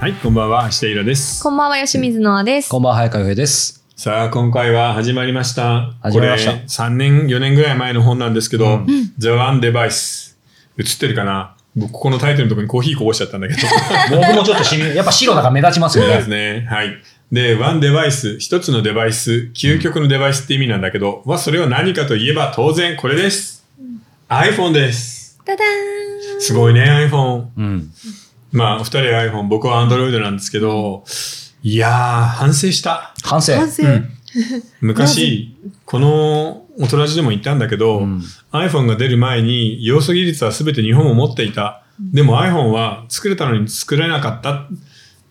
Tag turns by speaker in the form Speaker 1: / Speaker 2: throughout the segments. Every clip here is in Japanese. Speaker 1: はい、こんばんは、下平です。
Speaker 2: こんばんは、吉水のあです。
Speaker 3: こんばんは、早川洋平です。
Speaker 1: さあ、今回は始まりました。
Speaker 3: 始まりました
Speaker 1: これ、3年、4年ぐらい前の本なんですけど、
Speaker 3: うん
Speaker 1: The One Device。映ってるかな僕、ここのタイトルのところにコーヒーこぼしちゃったんだけ ど。
Speaker 3: 僕もちょっとしみ、やっぱ白だから目立ちますよ
Speaker 1: そうで
Speaker 3: ね
Speaker 1: す。ね。はい。で、ワンデバイス、一つのデバイス、究極のデバイスって意味なんだけど、はそれは何かといえば当然これです。iPhone です。
Speaker 2: ダダ
Speaker 1: すごいね、iPhone。
Speaker 3: うん。
Speaker 1: まあ、お二人は iPhone、僕は Android なんですけど、いやー、反省した。
Speaker 3: 反省
Speaker 2: ー。ン。完成。
Speaker 1: 昔、この大人じでも言ったんだけど、
Speaker 3: うん
Speaker 1: iPhone が出る前に要素技術は全て日本を持っていた。でも iPhone は作れたのに作れなかった。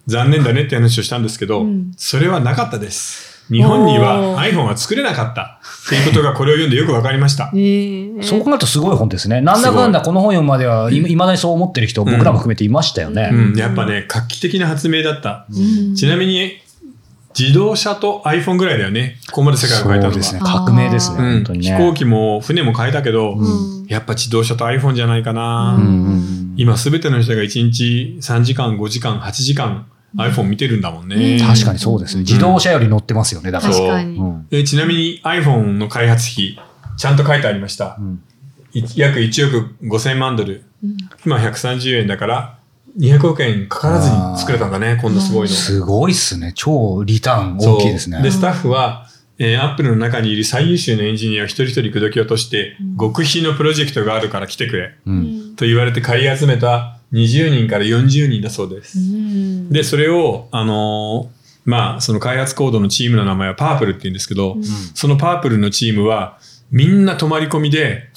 Speaker 1: 残念だねって話をしたんですけど、
Speaker 2: うん
Speaker 1: それはなかったです。日本には
Speaker 2: おー
Speaker 1: iPhone は作れなかった。っていうことがこれを読んでよくわかりま した。
Speaker 2: ええ
Speaker 3: そう考えるとすごい本ですね。なんだかんだこの本読むまでは、いまだにそう思ってる人、僕らも含めていましたよね。
Speaker 1: うん、やっぱね、画期的な発明だった。
Speaker 2: うん
Speaker 1: ちなみに、自動車と iPhone ぐらいだよね。ここまで世界を変えた
Speaker 3: そう
Speaker 1: の
Speaker 3: で
Speaker 1: は。
Speaker 3: すね。革命ですね、
Speaker 1: うん
Speaker 3: 本当に
Speaker 1: 飛
Speaker 3: ね。
Speaker 1: 行機も船も変えたけど、
Speaker 2: うん
Speaker 1: やっぱ自動車と iPhone じゃないかな。
Speaker 3: うんうん
Speaker 1: 今すべての人が1日3時間5時間8時間 iPhone 見てるんだもんね、
Speaker 2: う
Speaker 3: うんん。確かにそうですね。自動車より乗ってますよね、だから。
Speaker 2: 確か
Speaker 3: う
Speaker 2: に。
Speaker 3: ん
Speaker 1: えちなみに iPhone の開発費ちゃんと書いてありました、
Speaker 3: うん
Speaker 1: い約1億5000万ドル
Speaker 2: うん
Speaker 1: 今130円だから200億円かからずに作れたんだねこんなすごいの、
Speaker 3: すごいっすね。超リターン
Speaker 1: そう
Speaker 3: 大きいですね。
Speaker 1: でスタッフは、えー、Apple の中にいる最優秀のエンジニアを一人一人口説き落として、極秘のプロジェクトがあるから来てくれ
Speaker 3: う
Speaker 2: うんん
Speaker 1: と言われて借り集めた20人から40人だそうです、
Speaker 2: うん
Speaker 1: で、それを、あのーまあ、その開発コードのチームの名前はパープルって言うんですけど、
Speaker 2: うん
Speaker 1: そのパープルのチームは、みんな泊まり込みで、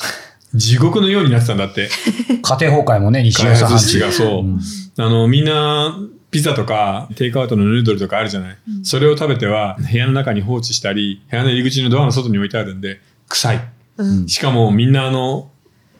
Speaker 1: 地獄のようになってたんだって。
Speaker 3: 家庭崩壊もね、西
Speaker 1: 開
Speaker 3: 尾さん
Speaker 1: 発
Speaker 3: 発
Speaker 1: 室が、そうう。
Speaker 3: ん
Speaker 1: あの、みんな、ピザとか、テイクアウトのヌードルとかあるじゃない。
Speaker 2: うん
Speaker 1: それを食べては、部屋の中に放置したり、部屋の入り口のドアの外に置いてあるんで、臭い。
Speaker 2: うん
Speaker 1: しかも、みんな、あの、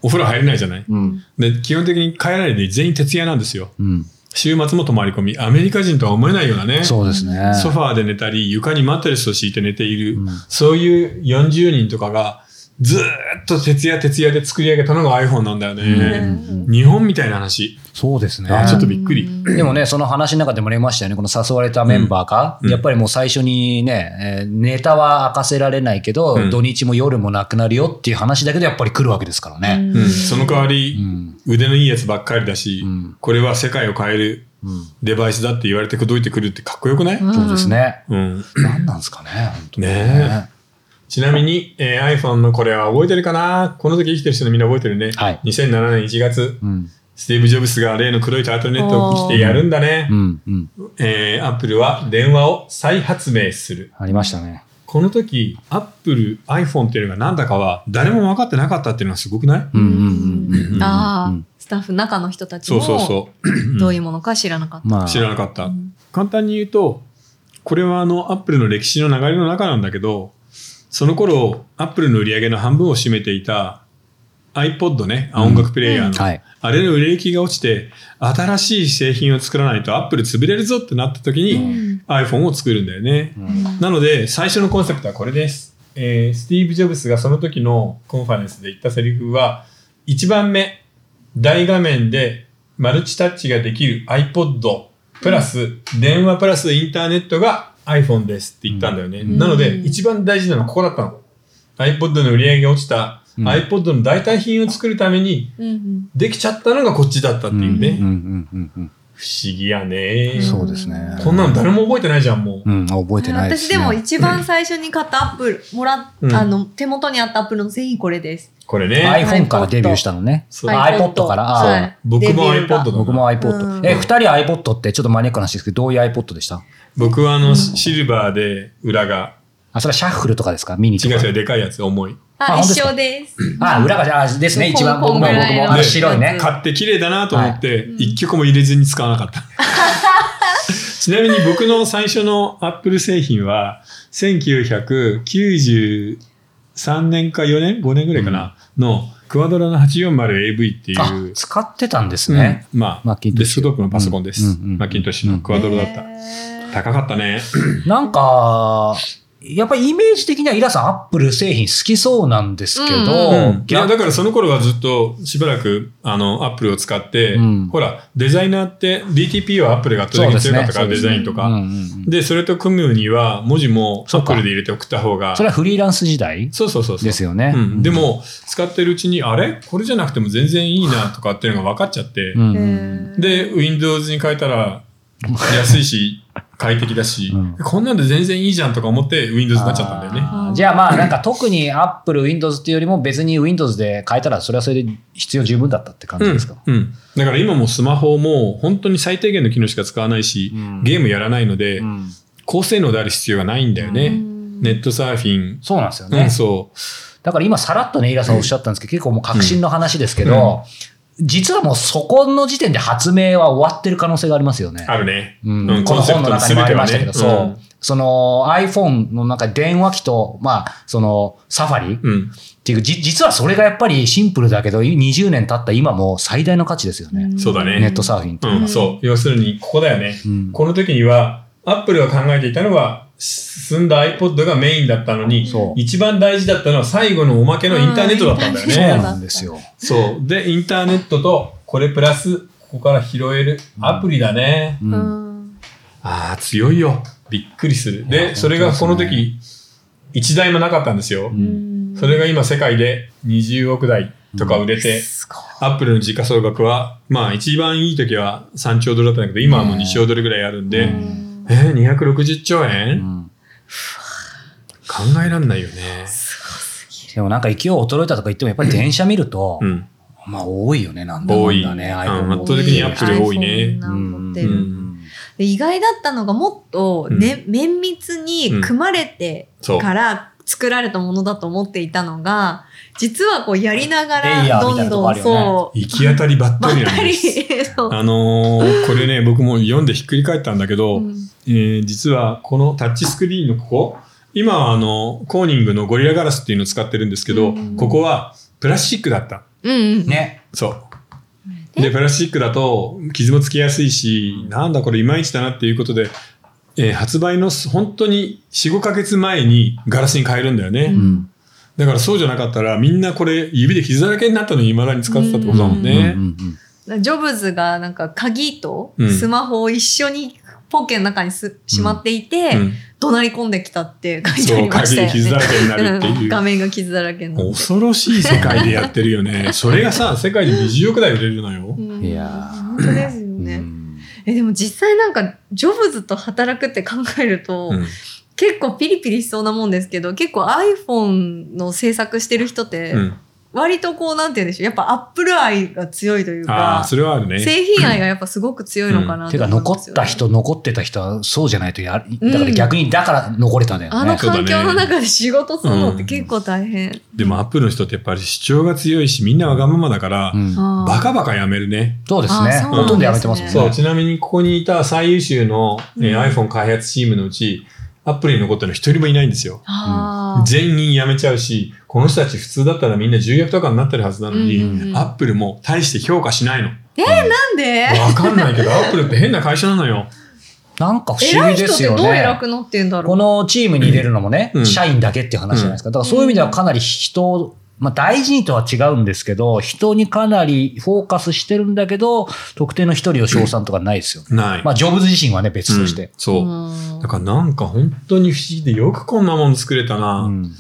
Speaker 1: お風呂入れないじゃない。
Speaker 3: うん
Speaker 1: で、基本的に帰らないで全員徹夜なんですよ。
Speaker 3: うん
Speaker 1: 週末も泊まり込み。アメリカ人とは思えないようなね。
Speaker 3: そうですね。
Speaker 1: ソファーで寝たり、床にマットレスを敷いて寝ている、
Speaker 3: うん
Speaker 1: そういう40人とかが、ずーっと徹夜徹夜で作り上げたのが iPhone なんだよね。
Speaker 2: うん
Speaker 1: 日本みたいな話。
Speaker 3: そうですね。
Speaker 1: あちょっとびっくり。
Speaker 3: でもね、その話の中でもありましたよね、この誘われたメンバーが、
Speaker 1: うん
Speaker 3: やっぱりもう最初にね、えーネタは明かせられないけど、
Speaker 1: うん
Speaker 3: 土日も夜もなくなるよっていう話だけど、やっぱり来るわけですからね。
Speaker 1: うん、その代わ
Speaker 3: う
Speaker 1: り、
Speaker 3: ん
Speaker 1: 腕のいいやつばっかりだし、
Speaker 3: うん
Speaker 1: これは世界を変える
Speaker 3: うん
Speaker 1: デバイスだって言われてくどいてくるってかっこよくない、
Speaker 2: うん
Speaker 3: そうですね。
Speaker 1: うん、
Speaker 3: 何なんですかね、本当に
Speaker 1: ねえ。ちなみに、えー iPhone のこれは覚えてるかなこの時生きてる人のみんな覚えてるね。
Speaker 3: はい
Speaker 1: 2007年1月、
Speaker 3: うん
Speaker 1: スティーブ・ジョブスが例の黒いタートルネットを着てやるんだね。
Speaker 3: うんうん、
Speaker 1: えー、アップルは電話を再発明する。
Speaker 3: ありましたね。
Speaker 1: この時、アップル、iPhone っていうのが何だかは誰も分かってなかったっていうのはすごくない
Speaker 3: うんうんうんうん
Speaker 2: あ
Speaker 3: う
Speaker 2: あ
Speaker 3: ん、
Speaker 2: スタッフ、中の人たち
Speaker 1: そ
Speaker 2: も
Speaker 1: うそうそ
Speaker 2: どういうものか知らなかっ
Speaker 3: まあ、
Speaker 1: う。知らなかった。
Speaker 2: た。うん
Speaker 1: 簡単に言うと、これはあの、アップルの歴史の流れの中なんだけど、その頃、アップルの売り上げの半分を占めていた iPod ね、あ
Speaker 3: うん
Speaker 1: 音楽プレイヤーの。
Speaker 3: はい。
Speaker 1: あれの売れ行きが落ちて、新しい製品を作らないとアップル潰れるぞってなった時
Speaker 2: う
Speaker 1: に、
Speaker 2: ん
Speaker 1: iPhone を作るんだよね。なので、最初のコンセプトはこれです。えースティーブ・ジョブスがその時のコンファレンスで言ったセリフは、1番目、大画面でマルチタッチができる iPod、プラス、電話プラスインターネットが iPhone ですって言ったんだよね。
Speaker 3: うん
Speaker 1: なので、
Speaker 2: うん
Speaker 1: 一番大事なのはここだったの。iPod の売り上げが落ちた、
Speaker 3: うん
Speaker 1: iPod の代替品を作るために、
Speaker 2: うん
Speaker 1: できちゃったのがこっちだったっていうね。
Speaker 3: うんうんうんうん
Speaker 1: 不思議や
Speaker 3: う
Speaker 1: ね
Speaker 3: ん。。そうですね。
Speaker 1: こんなの誰も覚えてないじゃん、もう。
Speaker 3: うん、覚えてないです、
Speaker 2: 私で
Speaker 3: ね。
Speaker 2: も一番最初に買ったアップル、もら
Speaker 1: うん
Speaker 2: あの、手元にあったアップルの製品これです。
Speaker 1: これね。
Speaker 3: iPhone からデビューしたのね。
Speaker 1: そう
Speaker 3: あ iPod から。あー
Speaker 2: はい
Speaker 1: 僕も
Speaker 2: デビューが
Speaker 1: iPod
Speaker 3: 僕も iPod。
Speaker 2: うん
Speaker 3: え、二人 iPod ってちょっとマニアックな話ですけど、どういう iPod でした
Speaker 1: 僕はあの、シルバーで裏が、
Speaker 3: あ、それはシャッフルとかですかミニ
Speaker 1: 違
Speaker 3: と
Speaker 1: う
Speaker 3: か。
Speaker 1: 違う、でかいやつ重い。
Speaker 2: あ、
Speaker 3: あ本当で
Speaker 2: 一
Speaker 3: すか
Speaker 2: 緒です。
Speaker 3: あ、裏がじゃあ、あですね、
Speaker 2: こん
Speaker 3: 一番。
Speaker 2: こ
Speaker 3: 僕
Speaker 2: ん
Speaker 3: も
Speaker 2: ぐ
Speaker 3: 僕も
Speaker 2: らいの
Speaker 3: あの白いね。
Speaker 1: 買って綺麗だなと思って、
Speaker 2: はい
Speaker 1: 一曲も入れずに使わなかった。 ちなみに僕の最初の Apple 製品は、1993年か4年 ?5 年ぐらいかな、の、クワドラの 840AV っていう、
Speaker 3: あ、使ってたんですね。
Speaker 1: うんま
Speaker 3: マ
Speaker 1: あ
Speaker 3: ッ、キントッシュ
Speaker 1: デスクトップのパソコンです。
Speaker 3: うんうんうん
Speaker 1: マッキントッシュのクワドラだった。
Speaker 2: へー
Speaker 1: 高かったね。
Speaker 3: なんか、やっぱりイメージ的にはイラさんアップル製品好きそうなんですけど、
Speaker 2: う
Speaker 1: うん、いや
Speaker 3: 逆
Speaker 1: だからその頃はずっとしばらくあのアップルを使って、
Speaker 3: うん
Speaker 1: ほらデザイナーって DTP はアップルが圧倒的に強かったから、
Speaker 3: そう
Speaker 1: デ
Speaker 3: ですね
Speaker 1: ザインとか、
Speaker 3: うんうんうん
Speaker 1: でそれと組むには文字もア
Speaker 3: そう
Speaker 1: ッ
Speaker 3: か
Speaker 1: プルで入れて送った方が
Speaker 3: それはフリーランス時代
Speaker 1: そうそうそうそう
Speaker 3: ですよね。
Speaker 1: うん、で、も使ってるうちにあれこれじゃなくても全然いいなとかっていうのが分かっちゃって、
Speaker 3: うんうん
Speaker 1: で Windows に変えた ら安いし快適だし、
Speaker 3: うん
Speaker 1: こんなんで全然いいじゃんとか思って Windows になっちゃったんだよね。
Speaker 3: あーじゃあまあなんか特に Apple、Windows っていうよりも別に Windows で変えたらそれはそれで必要十分だったって感じですか、
Speaker 1: うんうん、だから今もスマホも本当に最低限の機能しか使わないし、
Speaker 3: うん
Speaker 1: ゲームやらないので、
Speaker 3: うん
Speaker 1: 高性能である必要がないんだよね、
Speaker 2: うん
Speaker 1: ネットサーフィン、
Speaker 3: そうなんですよ
Speaker 1: う
Speaker 3: ね
Speaker 1: ん、。そう
Speaker 3: だから今さらっとね、イラさんおっしゃったんですけど、結構もう確信の話ですけど、実はもうそこの時点で発明は終わってる可能性がありますよね。
Speaker 1: あるね、
Speaker 3: うん
Speaker 1: うん
Speaker 3: この本の中にもありましたけど、
Speaker 1: コンセプトの全ては
Speaker 3: そう。その iPhone の中で電話機と、まあ、そのサファリっ
Speaker 1: うん、
Speaker 3: ていう、じ実はそれがやっぱりシンプルだけど、20年経った今も最大の価値ですよね。
Speaker 1: そうだね
Speaker 3: ネットサーフィンってい
Speaker 1: う
Speaker 3: うの
Speaker 1: ん、
Speaker 3: は。
Speaker 1: そう要するにここだよね、
Speaker 3: うん
Speaker 1: この時にはアップルが考えていたのは進んだ iPod がメインだったのに
Speaker 3: そう
Speaker 1: 一番大事だったのは最後のおまけのインターネットだったんだよ
Speaker 2: うん
Speaker 3: そう
Speaker 1: ね、
Speaker 3: なんですよ。
Speaker 1: そうでインターネットとこれプラスここから拾えるアプリだね、
Speaker 3: うん
Speaker 2: うん
Speaker 1: ああ強いよびっくりする
Speaker 3: いや
Speaker 1: でそれがこの
Speaker 3: 本当です
Speaker 1: 時一台もなかったんですよ、
Speaker 3: うん
Speaker 1: それが今世界で20億台とか売れて、
Speaker 2: すごい
Speaker 1: アップルの時価総額は、まあ一番いい時は3兆ドルだったんだけど、今はもう2兆ドルぐらいあるんで、
Speaker 3: うん
Speaker 1: えー、260兆
Speaker 3: う
Speaker 1: 円、
Speaker 3: ん
Speaker 1: 考えらんないよね。
Speaker 3: でもなんか勢い衰えたとか言っても、やっぱり電車見ると、
Speaker 1: うん。
Speaker 3: まあ多いよね、なんだか
Speaker 1: 多い。
Speaker 3: ん
Speaker 1: う
Speaker 3: だ
Speaker 1: ん、
Speaker 3: ね、
Speaker 1: 圧
Speaker 3: iPhone も
Speaker 1: 倒的にアップル多いね。
Speaker 2: iPhone なんか持って
Speaker 1: う
Speaker 2: る
Speaker 1: ん
Speaker 2: で意外だったのがもっと、ね綿密に組まれて
Speaker 1: そう。
Speaker 2: から作られたものだと思っていたのが実はこうやりなが
Speaker 3: レイヤ
Speaker 2: ら
Speaker 3: ー
Speaker 2: ど
Speaker 3: みたいなんとこ
Speaker 2: ど
Speaker 3: あ
Speaker 2: ん
Speaker 3: るよね
Speaker 2: そう
Speaker 1: 行き当たりばった
Speaker 2: ばっ
Speaker 1: りなん
Speaker 2: た
Speaker 1: で
Speaker 2: り
Speaker 1: す。
Speaker 2: そう
Speaker 1: あのーこれね、僕も読んでひっくり返ったんだけど、
Speaker 2: うん
Speaker 1: えー実はこのタッチスクリーンのここ、今はあの、コーニングのゴリラガラスっていうのを使ってるんですけど、
Speaker 2: うん
Speaker 1: ここはプラスチックだった。
Speaker 2: うん
Speaker 3: ね。
Speaker 1: そう。
Speaker 2: え
Speaker 1: で、プラスチックだと傷もつきやすいし、なんだこれいまいちだなっていうことで、えー発売のす本当に4、5ヶ月前にガラスに変えるんだよね。
Speaker 2: う
Speaker 3: うん
Speaker 1: だからそうじゃなかったらみんなこれ指で傷だらけになったのに未だに使ってたってことだもんね
Speaker 3: う。んうんうん
Speaker 2: うんジョブズがなんか鍵と
Speaker 1: うん
Speaker 2: スマホを一緒にポッケの中にすしまっていて、
Speaker 1: うん
Speaker 2: 怒鳴り込んできたって書いてあ
Speaker 1: そう、
Speaker 2: りまし
Speaker 1: 鍵で
Speaker 2: たよ
Speaker 1: 傷だ
Speaker 2: ね
Speaker 1: らけになるって
Speaker 2: う
Speaker 1: い
Speaker 2: ん 画
Speaker 1: う。
Speaker 2: 面が傷だらけになって
Speaker 1: 恐ろしい世界でやってるよね。それがさ、世界で20億台売れるのよ。
Speaker 2: うん
Speaker 3: いやー
Speaker 2: 本当ですよね、えでも実際なんかジョブズと働くって考えると、
Speaker 1: うん
Speaker 2: 結構ピリピリしそうなもんですけど結構 iPhone の制作してる人って
Speaker 1: うん。
Speaker 2: 割とこうなんて言うんでしょうやっぱアップル愛が強いという
Speaker 1: ああ、
Speaker 2: か
Speaker 1: それはあるね。
Speaker 2: 製品愛がやっぱすごく強いのかな
Speaker 3: て
Speaker 2: と
Speaker 3: か
Speaker 2: 思い
Speaker 3: 残
Speaker 2: ます
Speaker 3: っ
Speaker 2: よ
Speaker 3: た
Speaker 2: ね
Speaker 3: 人残ってた人はそうじゃないとや
Speaker 2: うん
Speaker 3: だから逆にだから残れたんだよ
Speaker 2: あの
Speaker 3: ね。
Speaker 2: 環境の中で仕事するのって結構大変、
Speaker 1: でもアップルの人ってやっぱり主張が強いし、みんなわがままだから
Speaker 3: う、ん
Speaker 2: あー
Speaker 1: バカバカやめるね。
Speaker 3: そうですね
Speaker 2: あ。そうなんですね
Speaker 3: ほとんどやめてますもんね。
Speaker 1: そう、ちなみにここにいた最優秀の、えー iPhone 開発チームのうち、アップルに残ったの一人もいないんですよ。
Speaker 2: あー
Speaker 1: 全員辞めちゃうし、この人たち普通だったらみんな重役とかになってるはずなのに、
Speaker 2: うんうん
Speaker 1: アップルも大して評価しないの。
Speaker 2: なんで
Speaker 1: わかんないけど、アップルって変な会社なのよ。
Speaker 3: なんか不思
Speaker 2: 偉い
Speaker 3: 議で
Speaker 2: 人っ
Speaker 3: す
Speaker 2: て
Speaker 3: よ
Speaker 2: どう偉
Speaker 3: ね。
Speaker 2: くなってんだろ
Speaker 3: こ
Speaker 2: う
Speaker 3: のチームに入れるのもね
Speaker 1: う、ん
Speaker 3: 社員だけっていう話じゃないですか。だからそういう意味ではかなり人を、まあ大事にとは違うんですけど、人にかなりフォーカスしてるんだけど、特定の一人を称賛とかないですよね。
Speaker 1: ない。
Speaker 3: まあジョブズ自身はね、別とし
Speaker 1: うん
Speaker 3: て。
Speaker 1: そう。
Speaker 2: うん
Speaker 1: だからなんか本当に不思議でよくこんなもの作れたな。
Speaker 3: うん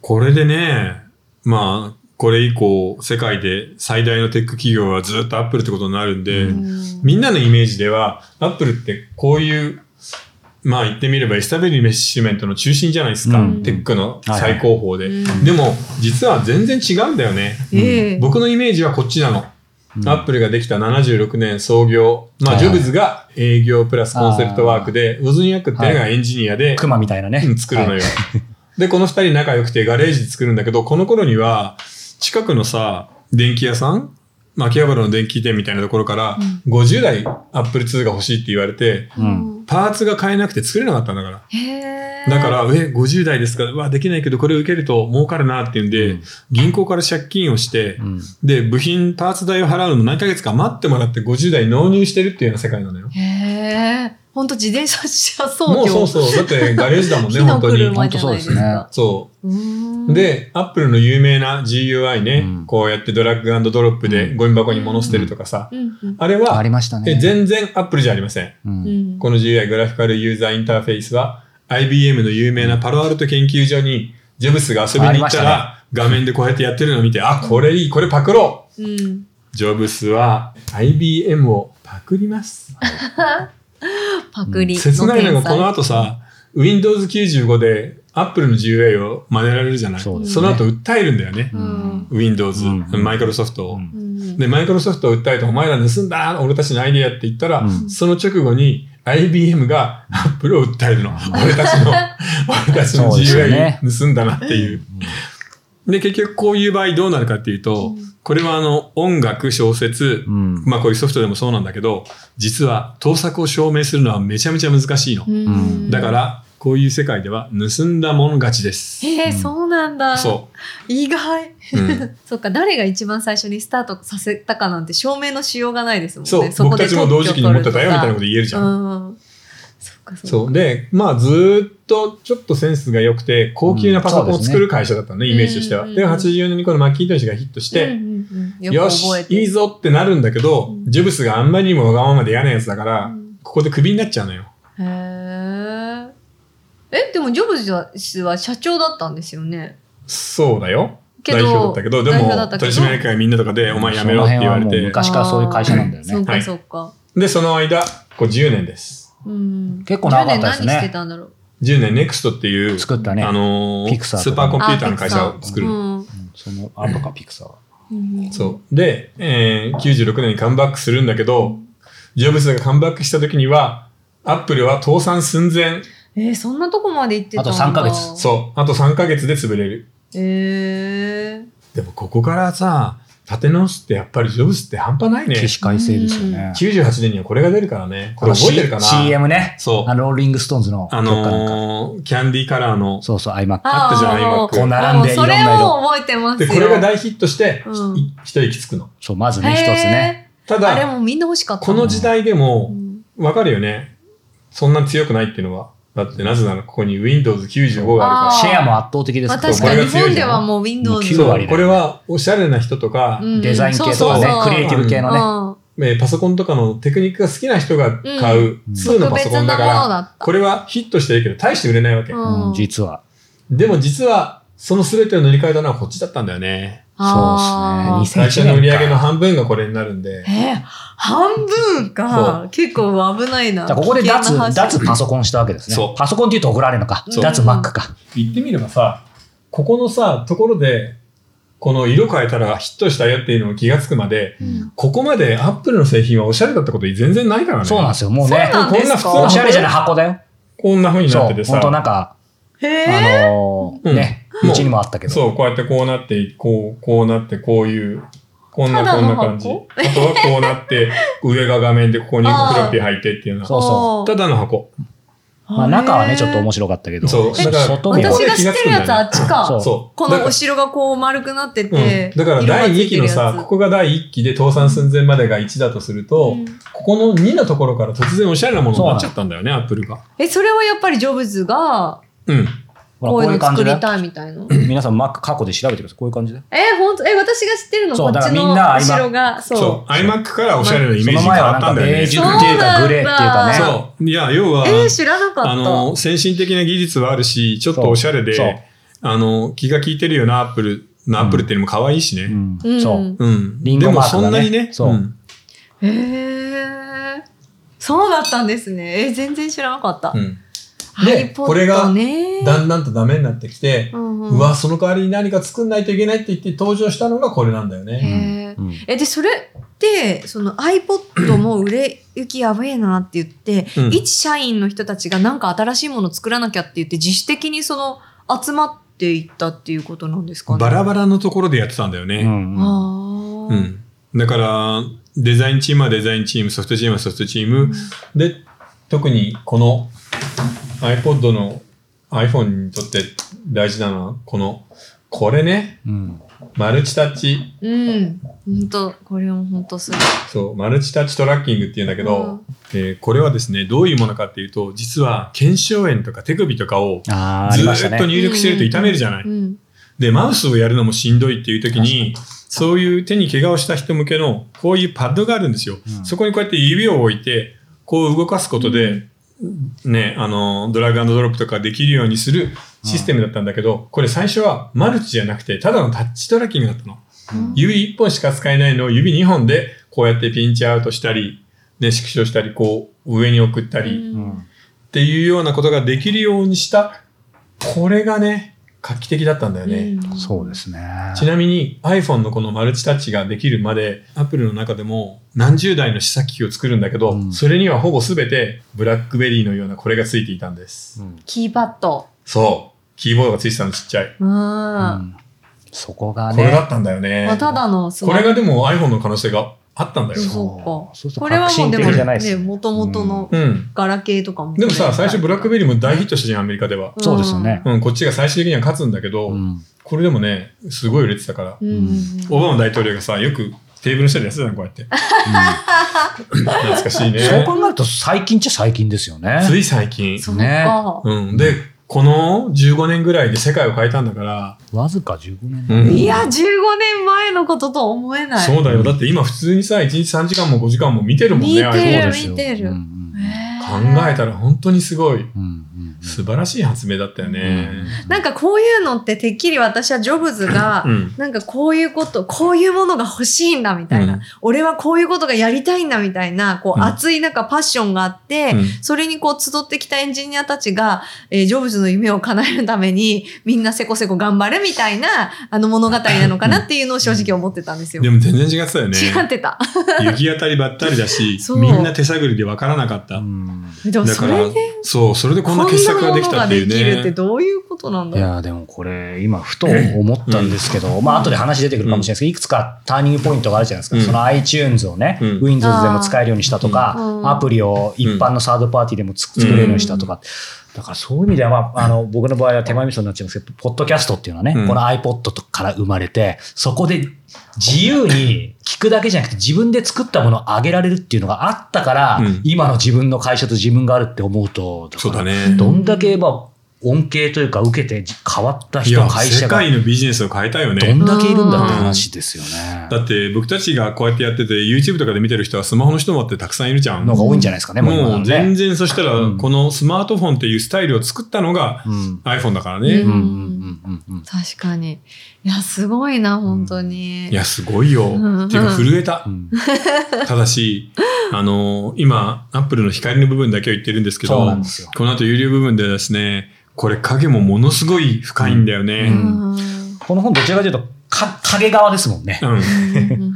Speaker 1: これでね、まあ、これ以降、世界で最大のテック企業はずっとアップルってことになるんで、
Speaker 3: うん
Speaker 1: みんなのイメージでは、アップルってこういう、まあ言ってみればエスタブリメッシュメントの中心じゃないですか。
Speaker 3: うん
Speaker 1: テックの最高峰で。
Speaker 2: うん
Speaker 1: でも、実は全然違うんだよね。
Speaker 2: ええ
Speaker 1: 僕のイメージはこっちなの。アップルができた76年創業。まあ、
Speaker 3: はい
Speaker 1: ジ
Speaker 3: は
Speaker 1: ョ
Speaker 3: い
Speaker 1: ブズが営業プラスコンセプトワークで、ウォズニアックっていうのがエンジニアで、
Speaker 3: 熊みたいなね
Speaker 1: う。ん作るのよ。 で、この二人仲良くてガレージで作るんだけど、この頃には、近くのさ、電気屋さんまあ秋葉原の電気店みたいなところから、50台 Apple II が欲しいって言われて、
Speaker 3: はい。うん
Speaker 1: パーツが買えなくて作れなかったんだから。
Speaker 2: へー
Speaker 1: だから、え、50台ですから、うわ、できないけど、これ受けると儲かるなっていうんで、
Speaker 3: うん
Speaker 1: 銀行から借金をして、
Speaker 3: うん
Speaker 1: で、部品、パーツ代を払うの何ヶ月か待ってもらって50台納入してるっていうような世界なのよ。
Speaker 2: へえ。本当自転車車操
Speaker 1: もうそう
Speaker 2: 業
Speaker 1: そう。だってガレージだもん ね、
Speaker 2: 火の
Speaker 1: 本当に。
Speaker 2: 車じゃないですか。
Speaker 1: そう
Speaker 2: ー
Speaker 1: う。
Speaker 2: ん
Speaker 1: で、アップルの有名な GUI ね、
Speaker 3: うん
Speaker 1: こうやってドラッグアンドドロップ
Speaker 3: う
Speaker 1: で
Speaker 3: ん
Speaker 1: ゴミ箱に物捨てるとかさ、
Speaker 2: うんうん
Speaker 1: あれ
Speaker 3: あ
Speaker 1: は、
Speaker 3: りました
Speaker 1: え
Speaker 3: ね。
Speaker 1: 全然アップルじゃありません。
Speaker 3: うん
Speaker 2: うん
Speaker 1: この GUI グラフィカルユーザーインターフェイスは IBM の有名なパロアルト研究所にジェブスが遊びに行ったら画面でこうやってやってるのを見てあこれいいこれパクろう
Speaker 2: うん
Speaker 1: ジョブスは IBM をパクります
Speaker 2: パクリの天才
Speaker 1: 切ないのがこの後さ Windows95 で Apple の GUI を真似られるじゃない
Speaker 3: そう
Speaker 1: そ,、
Speaker 3: ですね
Speaker 1: の後訴えるんだよね、
Speaker 2: うん
Speaker 1: Windows
Speaker 3: うん
Speaker 1: マイクロソフトを、
Speaker 3: うん
Speaker 2: うん
Speaker 1: でマイクロソフトを訴えてお前ら盗んだ俺たちのアイデアって言ったら、
Speaker 3: うん
Speaker 1: その直後に IBM がアップルを訴えるの。俺た ちの、俺たちの
Speaker 3: そうですよ
Speaker 1: GUI
Speaker 3: ね
Speaker 1: 盗んだなっていう。で、結局こういう場合どうなるかっていうと、これはあの、音楽、小説、
Speaker 3: うん
Speaker 1: まあこういうソフトでもそうなんだけど、実は盗作を証明するのはめちゃめちゃ難しいの
Speaker 2: う。ん
Speaker 1: だから、こういう世界では盗んだもん勝ちです。
Speaker 2: へえそうなんだ
Speaker 1: そ
Speaker 2: 意外
Speaker 1: う。うん、
Speaker 2: そっか誰が一番最初にスタートさせたかなんて証明のしようがないですもんね
Speaker 1: そう、僕たちも同時期に持ってたよみたいなこと
Speaker 2: と
Speaker 1: 言えるじゃん。
Speaker 2: うんそっかそっか
Speaker 1: そう。で、まあ、ずーっとちょっとセンスが良くて、高級なパソコンを作る会社だったのね、
Speaker 2: うん
Speaker 1: イメージとしては。
Speaker 2: うん
Speaker 1: で、84年にこのマッキントッシュがヒットし
Speaker 2: うん
Speaker 1: て、
Speaker 2: うんうんよ
Speaker 1: よ
Speaker 2: く
Speaker 1: し
Speaker 2: 覚え、て
Speaker 1: いいぞってなるんだけど、
Speaker 2: うん
Speaker 1: ジェブスがあんまりにもわがままで嫌なやつだか
Speaker 2: う
Speaker 1: ら、
Speaker 2: ん
Speaker 1: ここでクビになっちゃうのよ。
Speaker 2: へええでもジョブズは社長だったんですよね
Speaker 1: そうだよ。
Speaker 2: けど
Speaker 1: 代表だったけど、で
Speaker 2: 代
Speaker 1: も
Speaker 2: 表だった、けど
Speaker 1: 取締役会みんなとかで、お前やめろって言われ
Speaker 3: その辺はもう
Speaker 1: て、
Speaker 3: 昔からそういう会社なんだよね
Speaker 2: あーそっ
Speaker 1: は
Speaker 2: か
Speaker 1: い
Speaker 2: そっか
Speaker 1: で、その間、こう10年です。
Speaker 2: うん
Speaker 3: 結構長かったです
Speaker 2: 10年
Speaker 3: ね
Speaker 2: 何してたんだろう
Speaker 1: 10年、ネクストっていう、
Speaker 3: 作ったね
Speaker 1: あのー
Speaker 3: ピクサー
Speaker 1: ス
Speaker 3: と
Speaker 1: ー
Speaker 3: か
Speaker 1: パーコ
Speaker 3: ね
Speaker 1: ンピューターの会社を作る。
Speaker 2: うん
Speaker 3: うんそのアとかピクサー。
Speaker 2: うん
Speaker 1: そう。で、えー96年にカムバックするんだけど、ジョブズがカムバックした時には、アップルは倒産寸前。
Speaker 2: えー、そんなとこまで行ってたんだ
Speaker 3: あと3ヶ月
Speaker 1: そう。あと3ヶ月で潰れる。
Speaker 2: え
Speaker 1: でもここからさ、立て直すってやっぱりジョブズって半端ないね。
Speaker 3: 起死回生ですよね。
Speaker 1: 98年にはこれが出るからね。これ覚えてるかな
Speaker 3: あの C- ?CM ね。
Speaker 1: そう
Speaker 3: あ。のローリングストーンズの
Speaker 1: あ
Speaker 3: どっかなんか。
Speaker 1: のーキャンディーカラーの。
Speaker 3: そうそう、iMac。
Speaker 2: あ
Speaker 1: あったじゃん、
Speaker 2: あー
Speaker 1: 今
Speaker 3: こう並んでいろ
Speaker 2: そ
Speaker 3: ん
Speaker 2: れ
Speaker 3: な色。
Speaker 2: を覚えてます
Speaker 1: で、
Speaker 2: よ
Speaker 1: これが大ヒットして、
Speaker 2: うん
Speaker 1: い一息つくの。
Speaker 3: そう、まずね、一つね。
Speaker 1: た
Speaker 2: へーあれ
Speaker 1: だ、
Speaker 2: もみんな欲しかった
Speaker 1: この時代でも
Speaker 2: う、ん
Speaker 1: わかるよね。そんな強くないっていうのは。だってなぜならここに Windows95 があるから
Speaker 2: あー。
Speaker 3: シェアも圧倒的です
Speaker 2: まあ、
Speaker 3: から
Speaker 2: 確
Speaker 1: こ
Speaker 2: か
Speaker 1: れ
Speaker 2: に
Speaker 1: が強
Speaker 2: 日
Speaker 1: い
Speaker 2: 本
Speaker 1: じ
Speaker 2: で
Speaker 1: ゃん
Speaker 2: はもう Windows
Speaker 3: も
Speaker 1: そうう
Speaker 3: 9割だよ
Speaker 1: これはおしゃれな人とか、
Speaker 2: うん
Speaker 3: デザイン系と
Speaker 2: そう
Speaker 3: か
Speaker 2: そう
Speaker 3: ね
Speaker 2: そ、う
Speaker 3: クリエイティブ系の
Speaker 2: う
Speaker 3: ね。
Speaker 2: ん
Speaker 1: えーパソコンとかのテクニックが好きな人が買う
Speaker 3: うん
Speaker 1: 2の
Speaker 2: 特
Speaker 1: パソコ
Speaker 2: 別
Speaker 1: ンだか
Speaker 2: なもの
Speaker 1: ら、
Speaker 2: だった
Speaker 1: これはヒットしてるけど大して売れないわけ。
Speaker 3: う
Speaker 2: うん
Speaker 3: ん、実は。
Speaker 1: でも実はその全てを乗り換えたのはこっちだったんだよね。
Speaker 2: あー
Speaker 3: そうですね。
Speaker 1: 会社の売
Speaker 3: 2001
Speaker 1: り
Speaker 3: 年
Speaker 1: 上げの
Speaker 3: か。
Speaker 1: 半分がこれになるんで。
Speaker 2: えー半分か結構危ないな
Speaker 3: じゃあここで
Speaker 2: 危険な話
Speaker 3: 脱、脱パソコンしたわけですね。
Speaker 1: そう
Speaker 3: パソコンって言うと怒られるのか。
Speaker 2: そう
Speaker 3: 脱 Mac か。
Speaker 1: 言ってみればさ、ここのさ、ところで、この色変えたらヒットしたよっていうのを気がつくまで、
Speaker 2: うん
Speaker 1: ここまでアップルの製品はおしゃれだったこと全然ないからね。
Speaker 3: そうなんですよ。もう
Speaker 2: そう
Speaker 3: ね、
Speaker 2: なんです
Speaker 1: こんな普通
Speaker 2: か
Speaker 1: の
Speaker 3: おしゃれじゃない箱だよ。
Speaker 1: こんな風にな
Speaker 3: そ
Speaker 1: って
Speaker 3: う、
Speaker 1: て
Speaker 3: 本
Speaker 1: さ。
Speaker 3: 当なんか、
Speaker 2: へえ
Speaker 3: あの
Speaker 1: う
Speaker 3: ー、
Speaker 1: ん
Speaker 3: ね、
Speaker 1: もう
Speaker 3: うちにもあったけど。
Speaker 1: そう、こうやってこうなって、こう、こうなって、こういう、こんな、
Speaker 2: た
Speaker 1: こん
Speaker 2: だの
Speaker 1: な
Speaker 2: 箱
Speaker 1: 感じ。あとはこうな って、上が画面でここにフ
Speaker 2: あー
Speaker 1: ロッピー入ってっていうのは。
Speaker 3: そうそ
Speaker 1: ただの箱。
Speaker 3: まあ中はね、ちょっと面
Speaker 2: 白
Speaker 3: 白かったけど。
Speaker 1: そうだから
Speaker 3: 外
Speaker 1: い
Speaker 3: 見は
Speaker 2: 私が知ってるやつあっちか
Speaker 3: そう
Speaker 1: そう。
Speaker 2: この
Speaker 1: だ
Speaker 2: お城がこう丸くなって
Speaker 1: から
Speaker 2: て、
Speaker 1: うん。だから第2期のさ、ここが第1期で倒産寸前までが1だとすると、
Speaker 2: うん
Speaker 1: ここの2のところから突然おしゃれなものになっちゃったんだよね、アップルが。
Speaker 2: えそれはやっぱりジョブズが
Speaker 1: うん。
Speaker 3: ほら
Speaker 2: こ
Speaker 3: こ
Speaker 2: う
Speaker 3: う
Speaker 2: い
Speaker 3: いうう
Speaker 2: の
Speaker 3: 感
Speaker 2: 作
Speaker 3: じ
Speaker 2: り
Speaker 3: で。
Speaker 2: たいみたいな。
Speaker 3: 皆さん Mac 過去で調べてください。こういう感じで。
Speaker 2: え本当え私が知ってるの
Speaker 3: そう
Speaker 2: こっ
Speaker 3: だか
Speaker 2: ち
Speaker 3: らみん
Speaker 2: の
Speaker 3: な
Speaker 2: 後ろがそう
Speaker 1: そう。iMac からおしゃれなイメージ
Speaker 3: その
Speaker 1: に変
Speaker 3: 前は
Speaker 1: わ
Speaker 3: な
Speaker 1: っ
Speaker 3: ん
Speaker 1: た
Speaker 3: か
Speaker 1: んだよ
Speaker 3: ベー
Speaker 1: ね。
Speaker 3: ジュっていう
Speaker 2: そうなん
Speaker 3: か
Speaker 2: だ
Speaker 3: グレーっていうかね。
Speaker 1: そう。いや、要は、
Speaker 2: えー、知らなかった。
Speaker 1: あの、先進的な技術はあるし、ちょっとおしゃれ
Speaker 3: そうそう
Speaker 1: で、あの、気が利いてるよな、アップル。のアップルっていうのも可愛いしね。
Speaker 2: う
Speaker 3: うん
Speaker 2: ん、
Speaker 3: そう。
Speaker 1: うん。
Speaker 3: リン
Speaker 1: で
Speaker 3: ゴ
Speaker 1: も
Speaker 3: マーク
Speaker 1: そ
Speaker 3: がね
Speaker 1: んなにね。
Speaker 3: そうん
Speaker 2: へえそうだったんですね。え全然知らなかった。
Speaker 1: うんで
Speaker 2: iPod
Speaker 1: これが
Speaker 2: ね
Speaker 1: だんだんとダメになってきて、
Speaker 2: うんうん
Speaker 1: うわ、その代わりに何か作んないといけないって言って登場したのがこれなんだよね。
Speaker 2: へー
Speaker 3: うん
Speaker 2: えでそれってその iPod も売れ行きやべえなって言って、
Speaker 1: うん
Speaker 2: 一社員の人たちがなんか新しいもの作らなきゃって言って自主的にその集まっていったっていうことなんですかね。
Speaker 1: バラバラのところでやってたんだよ
Speaker 3: う
Speaker 1: ね。
Speaker 3: ん
Speaker 2: あ
Speaker 3: うん
Speaker 2: ー
Speaker 1: うん。だから、デザインチームはデザインチーム、ソフトチームはソフトチーム。で、特にこの iPod の iPhone にとって大事なのは、この、これね。
Speaker 3: うん
Speaker 1: マルチタッチ、
Speaker 2: うん。本当これも本当すごい。
Speaker 1: そう、マルチタッチトラッキングっていうんだけど、
Speaker 2: うん
Speaker 1: えーこれはですね、どういうものかっていうと、実は、腱鞘炎とか手首とかを
Speaker 3: あーあ
Speaker 1: ず
Speaker 3: りました
Speaker 1: ーっと
Speaker 3: ね。
Speaker 1: 入力してると痛めるじゃない。
Speaker 2: うん。
Speaker 1: で、マウスをやるのもしんどいっていう時に、そういう手に怪我をした人向けの、こういうパッドがあるんですよ。
Speaker 3: うん
Speaker 1: そこにこうやって指を置いて、こう動かすことで、ね、あの、ドラッグドロップとかできるようにするシステムだったんだけど、これ最初はマルチじゃなくて、ただのタッチトラッキングだったの。
Speaker 3: うん
Speaker 1: 指1本しか使えないのを指2本で、こうやってピンチアウトしたり、ね、縮小したり、こう、上に送ったり、
Speaker 2: う
Speaker 3: うんん
Speaker 1: っていうようなことができるようにした、これがね、画期的だったんだよね。
Speaker 2: うん
Speaker 3: そうですね。
Speaker 1: ちなみに iPhone のこのマルチタッチができるまで Apple の中でも何十台の試作機を作るんだけど、
Speaker 3: うん
Speaker 1: それにはほぼ全てブラックベリーのようなこれがついていたんです、
Speaker 3: うん
Speaker 2: キーパッド。
Speaker 1: そうキーボードがついてたのちっちゃい
Speaker 2: うん。
Speaker 3: うんそこが
Speaker 1: こ
Speaker 3: ね。
Speaker 1: れだったんだよね、
Speaker 2: まあ、ただのス
Speaker 1: こ
Speaker 2: マ
Speaker 1: れ
Speaker 2: ホ
Speaker 1: がでも iPhone の可能性があったんだよ
Speaker 3: そう
Speaker 2: そう
Speaker 3: そうする
Speaker 2: か。
Speaker 3: と
Speaker 2: これはもうで
Speaker 3: 革新
Speaker 2: も
Speaker 3: 的じゃないです
Speaker 2: ね、
Speaker 3: ね
Speaker 2: もともとの
Speaker 1: うん
Speaker 2: ガラケーとかも。
Speaker 1: でもさ最初ブラックベリーも大ヒットしたじゃんアメリカでは
Speaker 2: うん
Speaker 3: そうですよね。
Speaker 1: うんこっちが最終的には勝つんだけど、
Speaker 3: うん
Speaker 1: これでもねすごい売れてたから、
Speaker 2: うん。
Speaker 1: オバマ大統領がさよくテーブルの下でやってたのこうやって懐かしいね
Speaker 3: そう考えると最近っちゃ最近ですよね。
Speaker 1: つい最近
Speaker 2: そう
Speaker 3: ね
Speaker 2: か。
Speaker 1: うん、でこの15年ぐらいで世界を変えたんだから、
Speaker 3: わずか15年。
Speaker 1: うん
Speaker 2: いや、15年前のこととは思えない。
Speaker 1: そうだよだって今普通にさ1日3時間も5時間も見てるもんね
Speaker 2: 見てる
Speaker 1: ああいうの
Speaker 3: そう
Speaker 2: 見
Speaker 3: で
Speaker 2: て
Speaker 3: す
Speaker 2: る
Speaker 3: よ。うん
Speaker 1: 考え
Speaker 2: た。
Speaker 1: たら本当にすごい
Speaker 3: うんうん
Speaker 1: 素晴らしい発明だったよね
Speaker 2: なんかこういうのっててっきり私はジョブズが
Speaker 1: う、ん
Speaker 2: なんかこういうこと、こういうものが欲しいんだみたいな、
Speaker 1: うん
Speaker 2: 俺はこういうことがやりたいんだみたいな、こ
Speaker 1: う
Speaker 2: う
Speaker 1: ん
Speaker 2: 熱いなんかパッションがあって、
Speaker 1: うん
Speaker 2: それにこう集ってきたエンジニアたちが、えージョブズの夢を叶えるためにみんなせこせこ頑張るみたいなあの物語なのかなっていうのを正直思ってたんですよ。
Speaker 1: でも全然違ってたよね
Speaker 2: 違ってた。
Speaker 1: 行き当たりばったりだし
Speaker 2: そう
Speaker 1: みんな手探りで分からなかった、
Speaker 3: うん
Speaker 2: でも
Speaker 1: だ
Speaker 2: そ
Speaker 1: から
Speaker 2: れで
Speaker 1: そうそれでこ
Speaker 2: こ
Speaker 1: ん
Speaker 2: んな
Speaker 1: な
Speaker 2: も
Speaker 1: 傑作ができ
Speaker 2: の
Speaker 1: た
Speaker 2: が
Speaker 1: って
Speaker 2: で
Speaker 1: いう
Speaker 2: きるって
Speaker 1: ね
Speaker 2: どういうことなん
Speaker 3: い
Speaker 2: だろう。
Speaker 3: やーでもこれ今ふと思ったんですけど、まあ後で話出てくるかもしれないですけど、いくつかターニングポイントがあるじゃないですか、
Speaker 1: うん
Speaker 3: その iTunes をね、
Speaker 1: うん
Speaker 3: Windows でも使えるようにしたとか、
Speaker 2: うん
Speaker 3: アプリを一般のサードパーティーでもつ
Speaker 1: うん
Speaker 3: 作れるようにしたとか、だからそういう意味では、まあ、あの僕の場合は手前味噌になっちゃいますけど、ポッドキャストっていうのはね、
Speaker 1: うん
Speaker 3: この iPod とかから生まれて、そこで自由に聞くだけじゃなくて自分で作ったものをあげられるっていうのがあったから、
Speaker 1: うん
Speaker 3: 今の自分の会社と自分があるって思うと、だから
Speaker 1: そうだね
Speaker 3: どんだけまあ恩恵というか受けて変わった
Speaker 1: い
Speaker 3: 人、
Speaker 1: や
Speaker 3: 会
Speaker 1: 世
Speaker 3: 社が
Speaker 1: 界のビジネスを変えたよ
Speaker 3: ど
Speaker 1: ね
Speaker 3: んだけいるんだって話ですよね。
Speaker 1: だって僕たちがこうやってやってて YouTube とかで見てる人はスマホの人もあってたくさんいるじゃん
Speaker 3: のが多いんじゃないですかね、もう今
Speaker 1: も
Speaker 3: は
Speaker 1: う全
Speaker 3: ね。
Speaker 1: 然そしたら
Speaker 3: うん
Speaker 1: このスマートフォンっていうスタイルを作ったのが
Speaker 3: うん
Speaker 1: iPhone だから
Speaker 2: う
Speaker 1: ね
Speaker 3: うんんうんうんうん
Speaker 2: 確かに。いや、すごいな、本当に。
Speaker 1: いやすごいよ
Speaker 2: うん
Speaker 1: っていうか震えた
Speaker 3: うん
Speaker 1: ただしあの今 Apple の光の部分だけを言ってるんですけ
Speaker 3: そうな
Speaker 1: ど
Speaker 3: んですよ。
Speaker 1: この後有料部分でですねこれ影もものすごい深いんだよ
Speaker 2: う
Speaker 1: ね
Speaker 2: ん。
Speaker 3: この本どちらかというと、か影側ですもんね
Speaker 1: う。ん、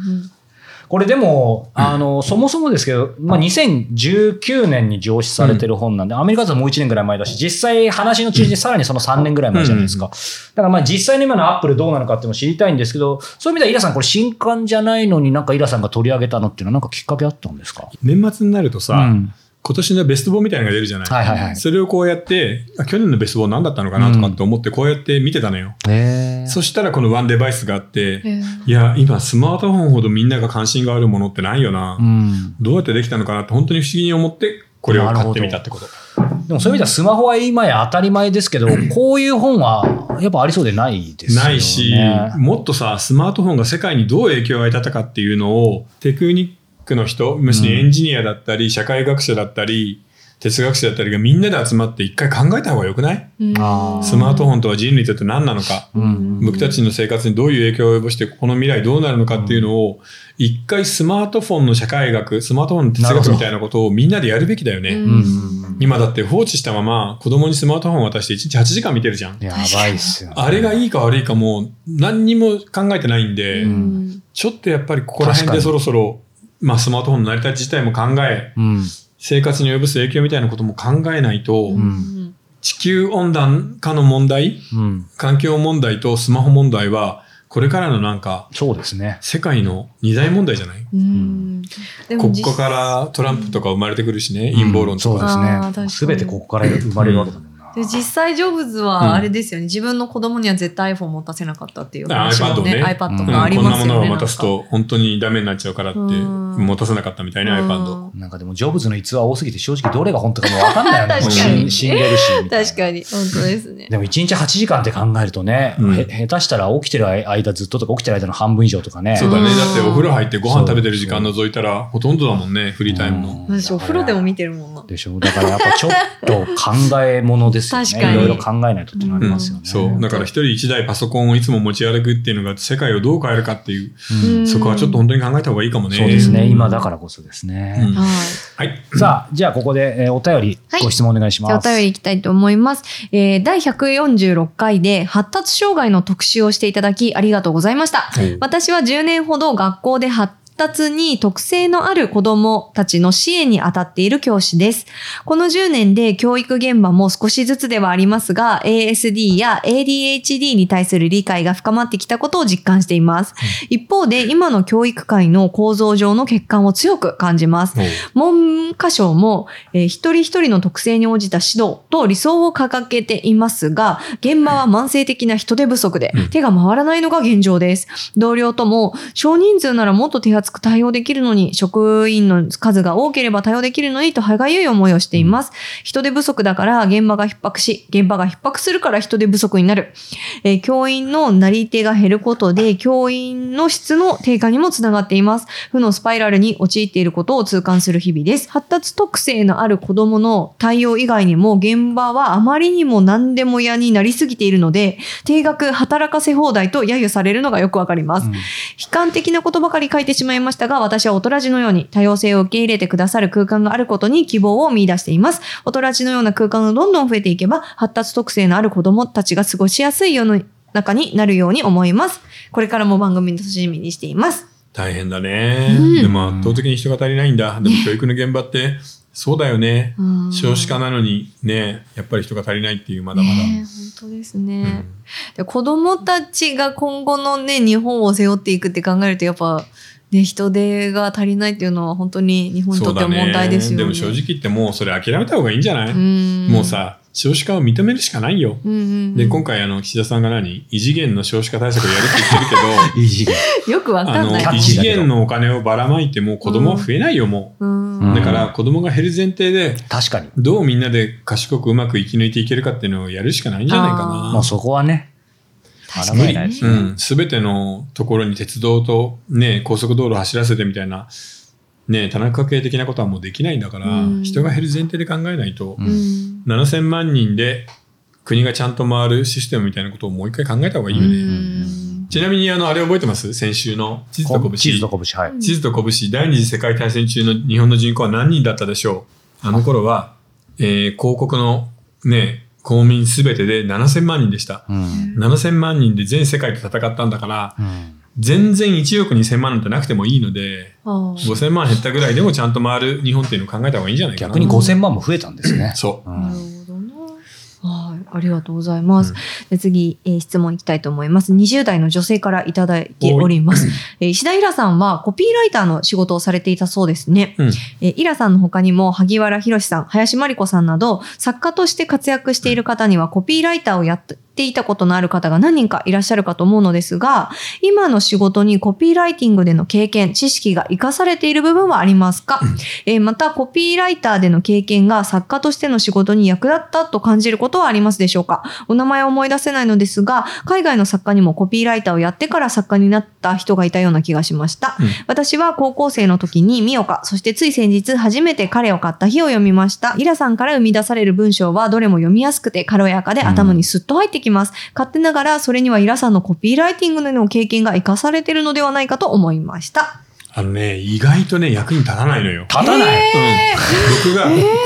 Speaker 3: これでも、あの、そもそもですけど、まあ、2019年に上司されてる本なんで、アメリカだともう1年ぐらい前だし、実際話の中心でさらにその3年ぐらい前じゃないですか。だからまあ実際の今のアップルどうなのかっていうのも知りたいんですけど、そういう意味ではイラさん、これ新刊じゃないのになんかイラさんが取り上げたのっていうのはなんかきっかけあったんですか
Speaker 1: 年末になるとさ、
Speaker 3: うん
Speaker 1: 今年のベスト本みたいなのが出るじゃない、
Speaker 3: はいはいはい。
Speaker 1: それをこうやってあ去年のベスト本何だったのかなとかって思ってこうやって見てたのよ、
Speaker 3: へー
Speaker 1: そしたらこのワンデバイスがあって、
Speaker 2: うん
Speaker 1: いや、今スマートフォンほどみんなが関心があるものってないよな。
Speaker 3: うん、
Speaker 1: どうやってできたのかなって本当に不思議に思って、これを買ってみたってこと。
Speaker 3: でもそういう意味ではスマホは今や当たり前ですけど、こういう本はやっぱありそうでないですよね。
Speaker 1: ないし、もっとさ、スマートフォンが世界にどう影響を与えたかっていうのを、テクニックの人、むしろエンジニアだったり、社会学者だったり、哲学者だったりがみんなで集まって一回考えた方がよくない
Speaker 3: あー
Speaker 1: スマートフ
Speaker 2: ォン
Speaker 1: ォンとは人類にとって何なのか。
Speaker 3: うん
Speaker 1: 僕たちの生活にどういう影響を及ぼして、この未来どうなるのかっていうのを、一回スマートフォンの社会学、スマートフォンの哲学みたいなことをみんなでやるべきだよね。
Speaker 3: うん
Speaker 1: 今だって放置したまま子供にスマートフォンを渡して1日8時間見てるじゃん。
Speaker 3: やばいっすよ、ね。
Speaker 1: あれがいいか悪いかもう何にも考えてないんで、
Speaker 3: うん
Speaker 1: ちょっとやっぱりここら辺で
Speaker 3: 確か
Speaker 1: そろそろ、まあ、スマートフォンの成り立ち自体も考え、
Speaker 3: うん。
Speaker 1: 生活に及ぼす影響みたいなことも考えないと、
Speaker 3: ん
Speaker 1: 地球温暖化の問題、
Speaker 3: うん。
Speaker 1: 環境問題とスマホ問題は、これからのなんか、
Speaker 3: そうですね。
Speaker 1: 世界の二大問題じゃない
Speaker 2: うんでも
Speaker 1: こ
Speaker 2: 実
Speaker 1: こからトランプとか生まれてくるしね、陰謀論とか。
Speaker 3: うんそうですね。
Speaker 2: あー確かに
Speaker 3: すべてここから生まれるわけだもんな。
Speaker 2: で実際ジョブズはあれですよね、自分の子供には絶対 iPhone 持たせなかったっていう話もね
Speaker 1: あ iPad
Speaker 3: ね
Speaker 2: iPad
Speaker 1: うん
Speaker 2: があり
Speaker 1: こん
Speaker 2: ま
Speaker 1: な
Speaker 2: すよ
Speaker 1: も
Speaker 2: ね。
Speaker 1: のを渡すと本当にダメになっちゃうからって
Speaker 2: うん
Speaker 1: 持たせなかったみたいね
Speaker 2: なんか
Speaker 1: iPad。
Speaker 3: なんかでも、ジョブズの逸話多すぎて、正直どれが本当かもう分かんないよね。
Speaker 2: 確
Speaker 3: もう
Speaker 1: かに
Speaker 3: 死ん死んでるし。
Speaker 2: う
Speaker 3: み
Speaker 2: ん
Speaker 3: たいな
Speaker 2: 確かに本当ですね。
Speaker 3: でも1日8時間って考えるとね、
Speaker 1: うん
Speaker 3: へ下手したら起きてる間ずっととか起きてる間の半分以上とかね。
Speaker 1: そうだね
Speaker 2: うん
Speaker 1: だってお風呂入ってご飯食べてる時間覗いたらほとんどだもんねフリータイムの。
Speaker 3: うん
Speaker 2: 私お風呂でも見てるもんな。
Speaker 3: でしょだからやっぱちょっと考えものですよね。
Speaker 2: 確か
Speaker 1: に
Speaker 3: いろいろ考えないとっていうのありますよね。
Speaker 2: うん
Speaker 1: そうだから一人一台パソコンをいつも持ち歩くっていうのが世界をどう変えるかっていう
Speaker 3: うん
Speaker 1: そこはちょっと本当に考えた方がいいかもね。
Speaker 3: そうです
Speaker 2: う
Speaker 3: ね。
Speaker 2: ん
Speaker 3: 今だからこそです
Speaker 1: う
Speaker 3: ね
Speaker 1: ん。
Speaker 2: はい。
Speaker 1: はい。
Speaker 3: さあ、じゃあここでえーお便り
Speaker 2: はい、
Speaker 3: ご質問お願いし
Speaker 2: じゃあ
Speaker 3: ま
Speaker 2: お
Speaker 3: す。
Speaker 2: 便りいきたいと思います。えー第146回で発達障害の特集をしていただきありがとうございました。私は10年ほど学校で発達に特性のある子供たちの支援に当たっている教師です。この10年で教育現場も少しずつではありますが、ASD や ADHD に対する理解が深まってきたことを実感しています。一方で今の教育界の構造上の欠陥を強く感じます。文科省も、えー一人一人の特性に応じた指導と理想を掲げていますが、現場は慢性的な人手不足で
Speaker 1: うん、
Speaker 2: 手が回らないのが現状です。同僚とも、少人数ならもっと手厚く対応できるのに、職員の数が多ければ対応できるのにと歯がゆい思いをしています。人手不足だから現場が逼迫し、現場が逼迫するから人手不足になる。えー教員のなり手が減ることで、教員の質の低下にもつながっています。負のスパイラルに陥っていることを痛感する日々です。発達特性のある子供の対応以外にも、現場はあまりにも何でも嫌になりすぎているので、定額働かせ放題と揶揄されるのがよくわかります。
Speaker 3: うん
Speaker 2: 悲観的なことばかり書いてしまいましたが、私はおとらじのように多様性を受け入れてくださる空間があることに希望を見出しています。おとらじのような空間がどんどん増えていけば、発達特性のある子供たちが過ごしやすい世の中になるように思います。これからも番組の楽しみにしています。
Speaker 1: 大変だね。
Speaker 2: うん
Speaker 1: でも圧倒的に人が足りないんだ。でも教育の現場ってそうだよね。少子化
Speaker 2: な
Speaker 1: なのにね、やっぱり人が足りないっていうまだまだ。
Speaker 2: ねえ本当ですね。
Speaker 1: うん
Speaker 2: で子供たちが今後のね、日本を背負っていくって考えると、やっぱ、ね、人手が足りないっていうのは本当に日本にとっては問題ですよね。
Speaker 1: でも正直言ってもうそれ諦めた方がいいんじゃない、
Speaker 2: うん
Speaker 1: もうさ、少子化を認めるしかないよ。
Speaker 2: うんうんうん
Speaker 1: で、今回あの、岸田さんが何異次元の少子化対策をやるって言ってるけ
Speaker 3: いい時期。
Speaker 2: よく わ
Speaker 1: ど、あ
Speaker 2: かんない。
Speaker 1: の、
Speaker 3: い
Speaker 1: 異次元のお金をばらまいても子供は増えないよ、も
Speaker 2: う
Speaker 3: う
Speaker 1: う。
Speaker 3: ん
Speaker 1: だから子供が減る前提で、
Speaker 3: 確かに。
Speaker 1: どうみんなで賢くうまく生き抜いていけるかっていうのをやるしかないんじゃないか
Speaker 2: あ
Speaker 1: な。
Speaker 3: もうそこはね、
Speaker 2: 確
Speaker 3: かにね
Speaker 1: 無理うん。すべてのところに鉄道とね、高速道路を走らせてみたいな、ね、田中系的なことはもうできないんだから、
Speaker 2: うん
Speaker 1: 人が減る前提で考えないと、
Speaker 3: うん
Speaker 2: ん。
Speaker 1: 7000万人で国がちゃんと回るシステムみたいなことをもう一回考えた方がいいよね。
Speaker 3: うん
Speaker 1: ちなみに、あの、あれ覚えてます先週の地図と
Speaker 3: こ
Speaker 1: 拳。
Speaker 3: チーズと拳、はい。
Speaker 2: うん
Speaker 1: 地図と拳、第二次世界大戦中の日本の人口は何人だったでしょうあの頃は、えー広告のね、公民すべてで7000万人でした。
Speaker 3: うん
Speaker 1: 7000万人で全世界と戦ったんだから、
Speaker 3: うん
Speaker 1: 全然1億2000万なんてなくてもいいので、
Speaker 2: ああ
Speaker 1: 5000万減ったぐらいでもちゃんと回る日本っていうのを考えた方がいいんじゃないかな。
Speaker 3: 逆に5000万も増えたんですね。
Speaker 1: そう。
Speaker 3: うん
Speaker 2: なるほどな。はい、ありがとうございます。で次、えー質問いきたいと思います。20代の女性からいただいております。えー石田イラさんはコピーライターの仕事をされていたそうですね。
Speaker 1: うん
Speaker 2: えーイラさんの他にも萩原博さん、林真理子さんなど、作家として活躍している方にはコピーライターをやっていたことのある方が何人かいらっしゃるかと思うのですが、今の仕事にコピーライティングでの経験、知識が活かされている部分はありますか、えーまた、コピーライターでの経験が作家としての仕事に役立ったと感じることはありますでしょうかお名前を思い出せないのですが、海外の作家にもコピーライターをやってから作家になった人がいたような気がしました。
Speaker 1: うん
Speaker 2: 私は高校生の時にミオカ、そしてつい先日初めて彼を買った日を読みました。イラさんから生み出される文章はどれも読みやすくて軽やかで頭にすっと入ってきます。勝手ながらそれにはイラさんのコピーライティングでの経験が活かされているのではないかと思いました。
Speaker 1: あのね、意外とね、役に立たないのよ。
Speaker 3: 立たな
Speaker 1: う
Speaker 3: い、
Speaker 1: ん僕が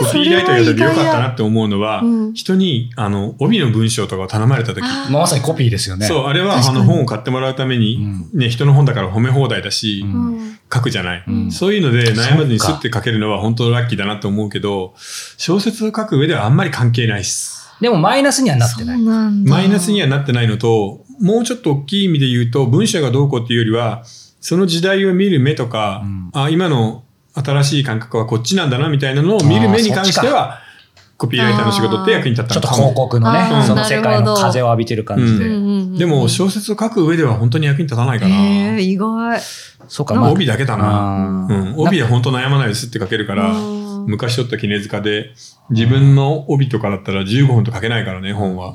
Speaker 1: コピーライターやったらよかったなって思うのは、
Speaker 2: うん
Speaker 1: 人にあの帯の文章とかを頼まれた時、
Speaker 2: あ
Speaker 3: まあまさにコピーですよね。
Speaker 1: そうあれはあ
Speaker 2: 確か
Speaker 1: の
Speaker 2: に
Speaker 1: 本を買ってもらうために、ね、人の本だから褒め放題だし、
Speaker 3: うん
Speaker 2: うん
Speaker 1: 書くじゃない、
Speaker 3: うん
Speaker 1: そういうので
Speaker 3: そうか
Speaker 1: 悩まずにスッて書けるのは本当ラッキーだなと思うけど小説を書く上ではあんまり関係ないっす
Speaker 3: でもマイナスにはなっ
Speaker 2: そ
Speaker 3: て
Speaker 2: う
Speaker 3: ない。
Speaker 2: なんだ。
Speaker 1: マイナスにはなってないのともうちょっと大きい意味で言うと文章がどうこうっていうよりはその時代を見る目とか、
Speaker 3: うん
Speaker 1: あ今の新しい感覚はこっちなんだなみたいなのを見る目に関してはコピーライターの仕事って役に立った
Speaker 3: ちょ
Speaker 1: の
Speaker 3: っと
Speaker 1: かも
Speaker 3: 広告の
Speaker 2: あ
Speaker 3: ね、
Speaker 1: ー
Speaker 3: その世界の風を浴びてる感じで。
Speaker 1: う
Speaker 2: うん
Speaker 1: でも小説を書く上では本当に役に立たないかな。
Speaker 2: えー、意外。
Speaker 3: そうか、
Speaker 1: ま
Speaker 3: ま
Speaker 1: あ
Speaker 3: あ。
Speaker 1: 帯だけだな。
Speaker 3: あ
Speaker 1: う
Speaker 3: ー
Speaker 1: ん、帯は本当悩まないですって書けるから、
Speaker 2: うん
Speaker 1: 昔取った絹塚で、自分の帯とかだったら15分と書けないからね、本は。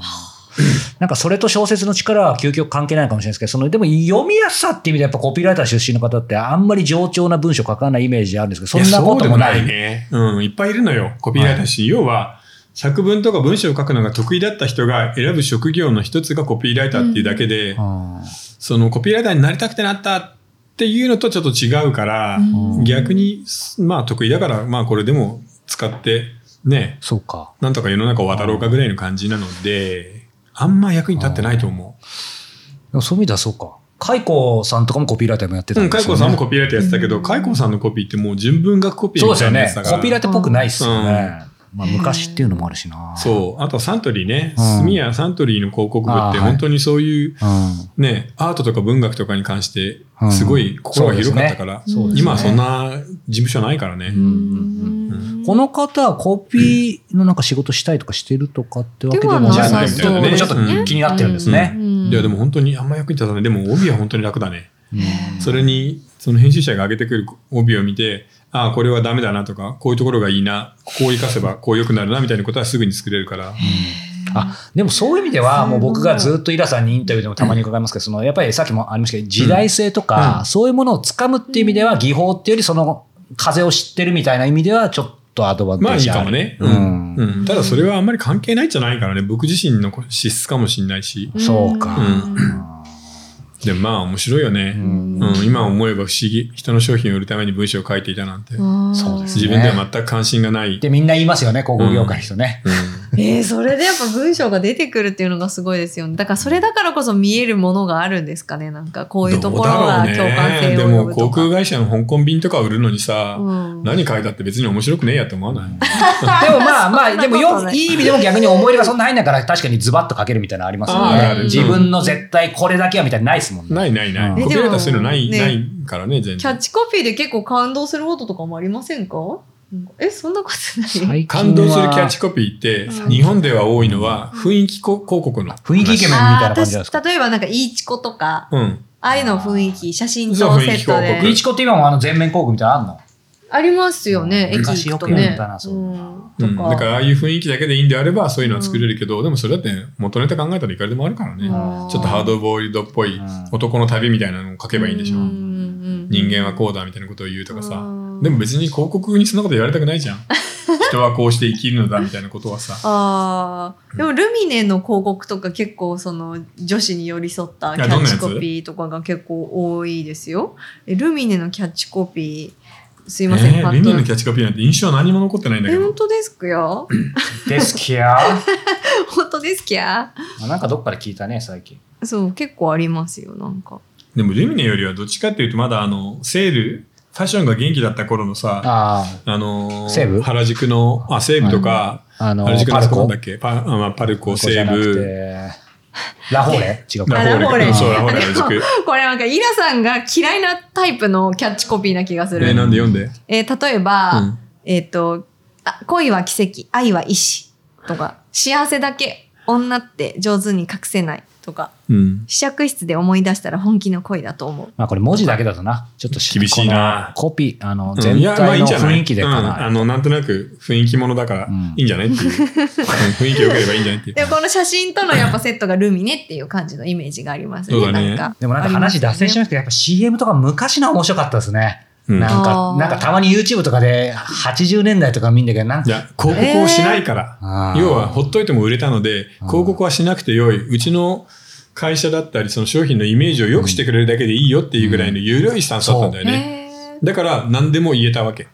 Speaker 3: なんかそれと小説の力は究極関係ないかもしれないですけど、その、でも読みやすさって意味でやっぱコピーライター出身の方ってあんまり冗長な文章書かないイメージあるんですけど、そんなこともな
Speaker 1: や
Speaker 3: い。
Speaker 1: そうでね。うん、いっぱいいるのよ、コピーライターし、要は、作文とか文章を書くのが得意だった人が選ぶ職業の一つがコピーライターっていうだけで、
Speaker 3: うん
Speaker 1: そのコピーライターになりたくてなったっていうのとちょっと違うから、
Speaker 2: うん
Speaker 1: 逆に、まあ得意だから、まあこれでも使って、ね、
Speaker 3: そうか。
Speaker 1: なんとか世の中を渡ろうかぐらいの感じなので、あんま役に立ってないと思
Speaker 3: でもそういう意味ではそうか。海光さんとかもコピーライターもやって
Speaker 1: う。
Speaker 3: た
Speaker 1: うんん、
Speaker 3: で
Speaker 1: カイ
Speaker 3: すよ、ね。
Speaker 1: コさんもコピーライターやってたけ
Speaker 2: う
Speaker 1: ど、
Speaker 2: ん
Speaker 1: カイコさんのコピーってもう純文学コピー
Speaker 3: そう
Speaker 1: み
Speaker 3: です
Speaker 1: た
Speaker 3: よ
Speaker 1: いなや
Speaker 3: ね
Speaker 1: つだ。から。
Speaker 3: コピーライターっぽくないっすよね。まあ、
Speaker 2: うん
Speaker 3: 昔っていうのもあるしな。
Speaker 1: そう。あとサントリーね。
Speaker 3: うん
Speaker 1: スミヤサントリーの広告部っ
Speaker 3: あー
Speaker 1: て
Speaker 3: はい
Speaker 1: 本当にそういう
Speaker 3: う。ん。
Speaker 1: ね、アートとか文学とかに関して
Speaker 3: うん
Speaker 1: すごい心が広かったから、
Speaker 2: そうですね
Speaker 1: 今はそんな事務所ないからね。
Speaker 3: うんこの方はコピーのなんか仕事したいとかしてるとかってわけでも
Speaker 1: ではな
Speaker 3: ないい
Speaker 1: そう
Speaker 3: でもちょっと気になってるんですね。
Speaker 1: いやでも本当にあんま役に立たない。でも帯は本当に楽だね。
Speaker 2: うん
Speaker 1: それに、その編集者が上げてくる帯を見て、ああ、これはダメだなとか、こういうところがいいな、ここを活かせばこう良くなるなみたいなことはすぐに作れるから。
Speaker 3: あでもそういう意味では、もう僕がずっとイラさんにインタビューでもたまに伺いますけど、そのやっぱりさっきもありましたけど、時代性と
Speaker 1: うんう
Speaker 3: か、
Speaker 1: ん
Speaker 3: そういうものを掴むっていう意味では、技法っていうより、その風を知ってるみたいな意味では、ちょっとアドバンテ
Speaker 1: まあ
Speaker 3: ー
Speaker 1: いい
Speaker 3: ジあ
Speaker 1: か
Speaker 3: る。
Speaker 1: もね。
Speaker 3: う
Speaker 1: うん。
Speaker 3: ん。
Speaker 1: うんただそれはあんまり関係ないんじゃないからね。僕自身の資質かもしんないし。
Speaker 3: そうか
Speaker 1: うんでもまあ面白いよね。
Speaker 3: うん
Speaker 1: うん、今思えば不思議。人の商品を売るために文章を書いていたなんて。
Speaker 3: そうです
Speaker 1: 自分では全く関心がない。
Speaker 3: で、みんな言いますよね、広告業界の人ね。
Speaker 1: うん
Speaker 2: えー、それでやっぱ文章が出てくるっていうのがすごいですよね。だからそれだからこそ見えるものがあるんですかね。なんかこういうところが
Speaker 1: どう
Speaker 2: 共
Speaker 1: だろうね
Speaker 2: 感性
Speaker 1: で
Speaker 2: を呼
Speaker 1: も
Speaker 2: ぶ
Speaker 1: 航
Speaker 2: とか。
Speaker 1: 空会社の香港便とか売るのにさ、
Speaker 2: うん
Speaker 1: 何書いたって別に面白くねえやって思わ ない、
Speaker 3: でもまあまあ、でも
Speaker 2: そんなこと
Speaker 3: よ、
Speaker 2: ない
Speaker 3: いい意味でも逆に思い入れがそんな入んないから、確かにズバッと書けるみたいなのあります
Speaker 1: あ
Speaker 2: るあ
Speaker 3: よ
Speaker 2: る
Speaker 3: ね。自分の絶対これだけはみたいなのないですもんね。
Speaker 1: ないないな
Speaker 3: うん
Speaker 1: い。コピーライターそういうのない、
Speaker 2: ね
Speaker 1: ないからね、全
Speaker 2: キャッ
Speaker 1: 然。
Speaker 2: チコピーで結構感動することとかもありませんかなんかえ、そんなことない
Speaker 3: 最近は
Speaker 1: 感動するキャッチコピーって
Speaker 2: うん、
Speaker 1: 日本では多いのは雰囲気こ広告の。
Speaker 3: 雰囲気イケメンみたいな感じなんですか
Speaker 2: あー私例えばなんか、いいちことか、
Speaker 1: うん。
Speaker 2: ああいうの雰囲気、写真とセット
Speaker 1: そう雰囲気広
Speaker 3: リー
Speaker 1: 告
Speaker 2: で。
Speaker 3: チコって今もあの全面広告みたいなのあんの
Speaker 2: ありますよね、駅
Speaker 3: 昔
Speaker 2: 行
Speaker 3: よ
Speaker 2: くと
Speaker 3: く
Speaker 2: ね
Speaker 3: や。ったなそういう
Speaker 1: うん、だからああいう雰囲気だけでいいんであればそういうのは作れるけど、でもそれだって元ネタ考えたらいくらでもあるからね、
Speaker 3: うん
Speaker 1: ちょっとハードボイルドっぽい
Speaker 3: うん
Speaker 1: 男の旅みたいなのを書けばいいんでしょ、人間は
Speaker 2: う
Speaker 1: こうだみたいなことを言うとかさ、
Speaker 2: うん
Speaker 1: でも別に広告にそんなこと言われたくないじゃん人はこうして生きるのだみたいなことはさ
Speaker 2: ああ、でもルミネの広告とか結構その女子に寄り添ったキャッチコピーとかが結構多いですよ。えルミネのキャッチコピー、すいません、
Speaker 1: え
Speaker 2: パ
Speaker 1: ー、
Speaker 2: ッ
Speaker 1: リ
Speaker 2: と
Speaker 1: ミネのキャッチコピーなんて印象は何も残ってないんだ
Speaker 2: え、
Speaker 1: けど
Speaker 2: 本当ですか よ
Speaker 3: ですき ゃ
Speaker 2: 本当ですきゃ
Speaker 3: なんかどっかで聞いたね最近
Speaker 2: そう、結構ありますよ、なん か。
Speaker 1: でもルミネよりはどっちかっていうとまだあのセールファッションが元気だった頃のさ
Speaker 3: あ
Speaker 1: あのー
Speaker 3: 西武
Speaker 1: 原宿のあ西武とか、
Speaker 3: ああの
Speaker 1: 原宿の
Speaker 3: パ
Speaker 1: あ
Speaker 3: ル
Speaker 1: そこな
Speaker 3: コ
Speaker 1: んだっけパ,あ、まあ、パルコ
Speaker 3: パルコじ
Speaker 1: 西
Speaker 3: ゃなく
Speaker 1: 武
Speaker 3: てラフォーレ違うか
Speaker 2: あラフォーレ
Speaker 1: うんそう、ラフォーレ
Speaker 2: あ
Speaker 1: 原宿。
Speaker 2: これなんかイラさんが嫌いなタイプのキャッチコピーな気がす
Speaker 1: えー、
Speaker 2: る。
Speaker 1: なんで読んで。
Speaker 2: えー例えば、
Speaker 1: うん
Speaker 2: えっ、とあ、恋は奇跡、愛は意志とか、幸せだけ女って上手に隠せないとか、
Speaker 1: うん。
Speaker 2: 試着室で思い出したら本気の恋だと思う。
Speaker 3: まあこれ文字だけだとなちょっと
Speaker 1: 厳しいな
Speaker 3: このコピーあの
Speaker 1: うん
Speaker 3: 全
Speaker 1: いやまあいい
Speaker 3: 体
Speaker 1: ん
Speaker 3: の
Speaker 1: じゃない
Speaker 3: 雰囲気でか
Speaker 1: うん
Speaker 3: な
Speaker 1: あの、なんとなく雰囲気ものだから
Speaker 3: うん、
Speaker 1: いいんじゃないっていう。うん雰囲気良ければいいんじゃないっていう
Speaker 2: で、。この写 真とのやっぱセットがルミネっていう感じのイメージがありますね。
Speaker 1: そうだね
Speaker 2: なんか。
Speaker 3: でもなんか話脱線しま
Speaker 2: ゃ
Speaker 3: したけどやっぱ CM とか昔のは面白かったですね
Speaker 1: うん
Speaker 3: なん
Speaker 2: あ
Speaker 3: か
Speaker 2: ー
Speaker 3: なんかたまに YouTube とかで80年代とか見んだけどなん
Speaker 1: い
Speaker 3: か
Speaker 1: や、広告をしないから。
Speaker 3: あー
Speaker 1: 要は、ほっといても売れたので、
Speaker 3: うん
Speaker 1: 広告はしなくてよい。うちの会社だったり、その商品のイメージを良くしてくれるだけでいいよっていうぐらいの緩いスタンスだったんだよね。
Speaker 2: ね。
Speaker 1: だから、何でも言えたわけ。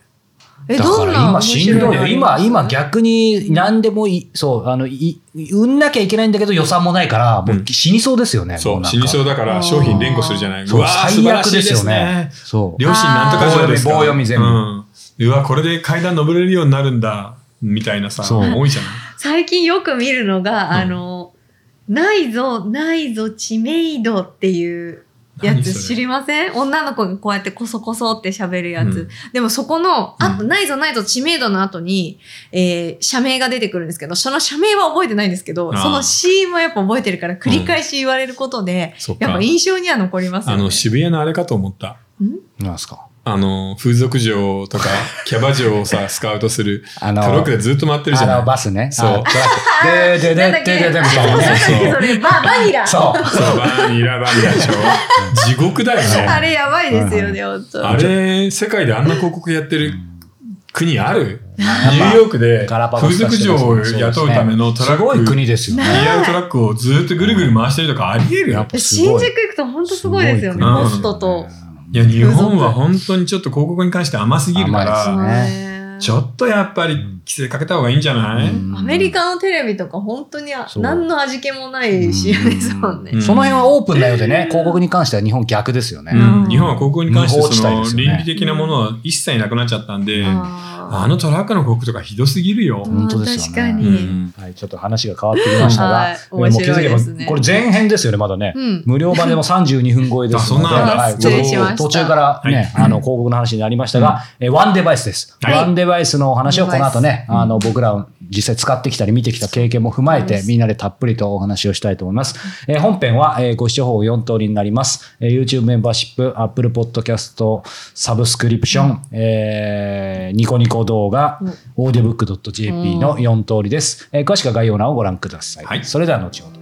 Speaker 2: えー、
Speaker 3: だ
Speaker 2: ど
Speaker 3: か
Speaker 2: ん
Speaker 3: ら
Speaker 2: な
Speaker 3: 今
Speaker 2: 面
Speaker 3: し
Speaker 2: 白い
Speaker 3: ん
Speaker 2: の
Speaker 3: ど
Speaker 2: あ
Speaker 3: い
Speaker 2: り
Speaker 3: よ。
Speaker 2: ます
Speaker 3: 今、今逆に何でもいい、そう、あの、い、産んなきゃいけないんだけど予算もないから、も
Speaker 1: う
Speaker 3: うん死にそうですよね。
Speaker 1: そ
Speaker 3: も
Speaker 1: う、
Speaker 3: なん
Speaker 1: 死
Speaker 3: か
Speaker 1: にそうだから商品連呼するじゃない。
Speaker 3: そう
Speaker 1: うわー素晴
Speaker 3: 最
Speaker 1: ら
Speaker 3: 悪
Speaker 1: しい
Speaker 3: で
Speaker 1: です
Speaker 3: よ
Speaker 1: す
Speaker 3: ね
Speaker 1: ね。。
Speaker 3: そう。
Speaker 1: 両親なんとか賞ですか
Speaker 3: 棒読み棒読み全部
Speaker 1: うん、うわこれで階段登れるようになるんだみたいなさ
Speaker 3: そう
Speaker 1: 多いじゃない
Speaker 2: 最近よく見るのが、あの、ないぞ、ないぞ、知名度っていうや
Speaker 1: 何
Speaker 2: つ
Speaker 1: それ
Speaker 2: 知りません女の子がこうやってコソコソって喋るやつ、
Speaker 1: うん
Speaker 2: でもそこの、あ
Speaker 1: う
Speaker 2: ないぞないぞ知名度の後に、えー社名が出てくるんですけど、その社名は覚えてないんですけど、
Speaker 1: あー
Speaker 2: その CM はやっぱ覚えてるから繰り返し言われることで、
Speaker 1: そっ
Speaker 2: やっ
Speaker 1: か
Speaker 2: ぱ。印象には残ります
Speaker 1: あ
Speaker 2: よね
Speaker 1: の、。渋谷のあれかと思った。
Speaker 3: なんですか
Speaker 1: あの、風俗嬢 とか、キャバ嬢をさ、スカウトする。
Speaker 3: あ
Speaker 1: ト
Speaker 3: の、
Speaker 1: ラックでずっと回ってるじゃ
Speaker 3: あ
Speaker 1: な
Speaker 3: の
Speaker 1: い。
Speaker 3: バスね。
Speaker 1: そう
Speaker 3: あトラック。で、で、で、で、で、で、で、みたいなね。
Speaker 1: そうそう
Speaker 2: それババニラ
Speaker 3: そう。
Speaker 1: そう、バニラバニラ でしょ。地獄だよね。
Speaker 2: あれやばいですよね、本当
Speaker 1: あれ、世界であんな広告やってる国あるニューヨークで
Speaker 3: ガラパゴ
Speaker 1: 風
Speaker 3: ス化
Speaker 1: 俗
Speaker 3: して
Speaker 1: 嬢
Speaker 3: ます
Speaker 1: を雇うためのトラ
Speaker 3: すごい
Speaker 1: ック、
Speaker 3: 国ですよ
Speaker 1: リ
Speaker 3: ね。
Speaker 1: アルトラックをずっとぐるぐる回してるとかあり得る
Speaker 3: やっ
Speaker 1: よ
Speaker 3: ぱ。す
Speaker 2: 新
Speaker 3: ご
Speaker 2: 宿
Speaker 3: い。
Speaker 2: 行くと本当すごいですよね、
Speaker 1: うん
Speaker 2: ホストと。
Speaker 1: いや、日本は本当にちょっと広告に関して甘すぎるか
Speaker 3: う
Speaker 1: ら
Speaker 3: 甘、んい
Speaker 2: ね
Speaker 1: ちょっとやっぱり規制かけた方がいいんじゃない、
Speaker 3: うん
Speaker 2: アメリカのテレビとか本当にあ
Speaker 3: そう
Speaker 2: 何の味気もない CM ですもんね。
Speaker 1: うん
Speaker 3: その辺はオープンなようでね、広告に関しては日本逆ですよね。
Speaker 1: うん
Speaker 2: うん
Speaker 1: 日本は広告に関し
Speaker 3: 無法
Speaker 1: て
Speaker 3: 地
Speaker 1: そ
Speaker 3: 帯
Speaker 1: の
Speaker 3: ですよね
Speaker 1: 倫理的なものは一切なくなっちゃったんで、
Speaker 2: あ
Speaker 1: あのトラックの広告とかひどすぎるよ。
Speaker 2: ー
Speaker 3: ん本当です
Speaker 2: 確
Speaker 3: よね
Speaker 2: か
Speaker 1: う
Speaker 2: に。
Speaker 1: ん
Speaker 3: はい、ちょっと話が変わってきましたが、
Speaker 2: はい
Speaker 3: もう気
Speaker 2: 面
Speaker 3: づけ
Speaker 2: 白い
Speaker 3: ば
Speaker 2: ですね
Speaker 3: これ前編ですよね、まだね。
Speaker 2: うん
Speaker 3: 無料版でも32分超えですので、
Speaker 1: あそんな
Speaker 2: の
Speaker 3: はい
Speaker 2: 失礼しました
Speaker 3: 途中からね、
Speaker 1: はい
Speaker 3: あの、広告の話になりましたが、えーワンデバイスです。
Speaker 1: はい
Speaker 3: ワンデバイスのお話をこの後
Speaker 1: ワン
Speaker 3: ね、
Speaker 1: デバイス
Speaker 3: あの、僕ら実際使ってきたり見てきた経験も踏まえて、みんなでたっぷりとお話をしたいと思います。えー本編は、えーご視聴方法4通りになります。えー YouTube メンバーシップ、Apple Podcast、サブスクリプション、えーニコニコ動画、
Speaker 2: うん
Speaker 3: audiobook.jp の4通りです。えー詳しくは概要欄をご覧ください。
Speaker 1: はい
Speaker 3: それでは後ほど。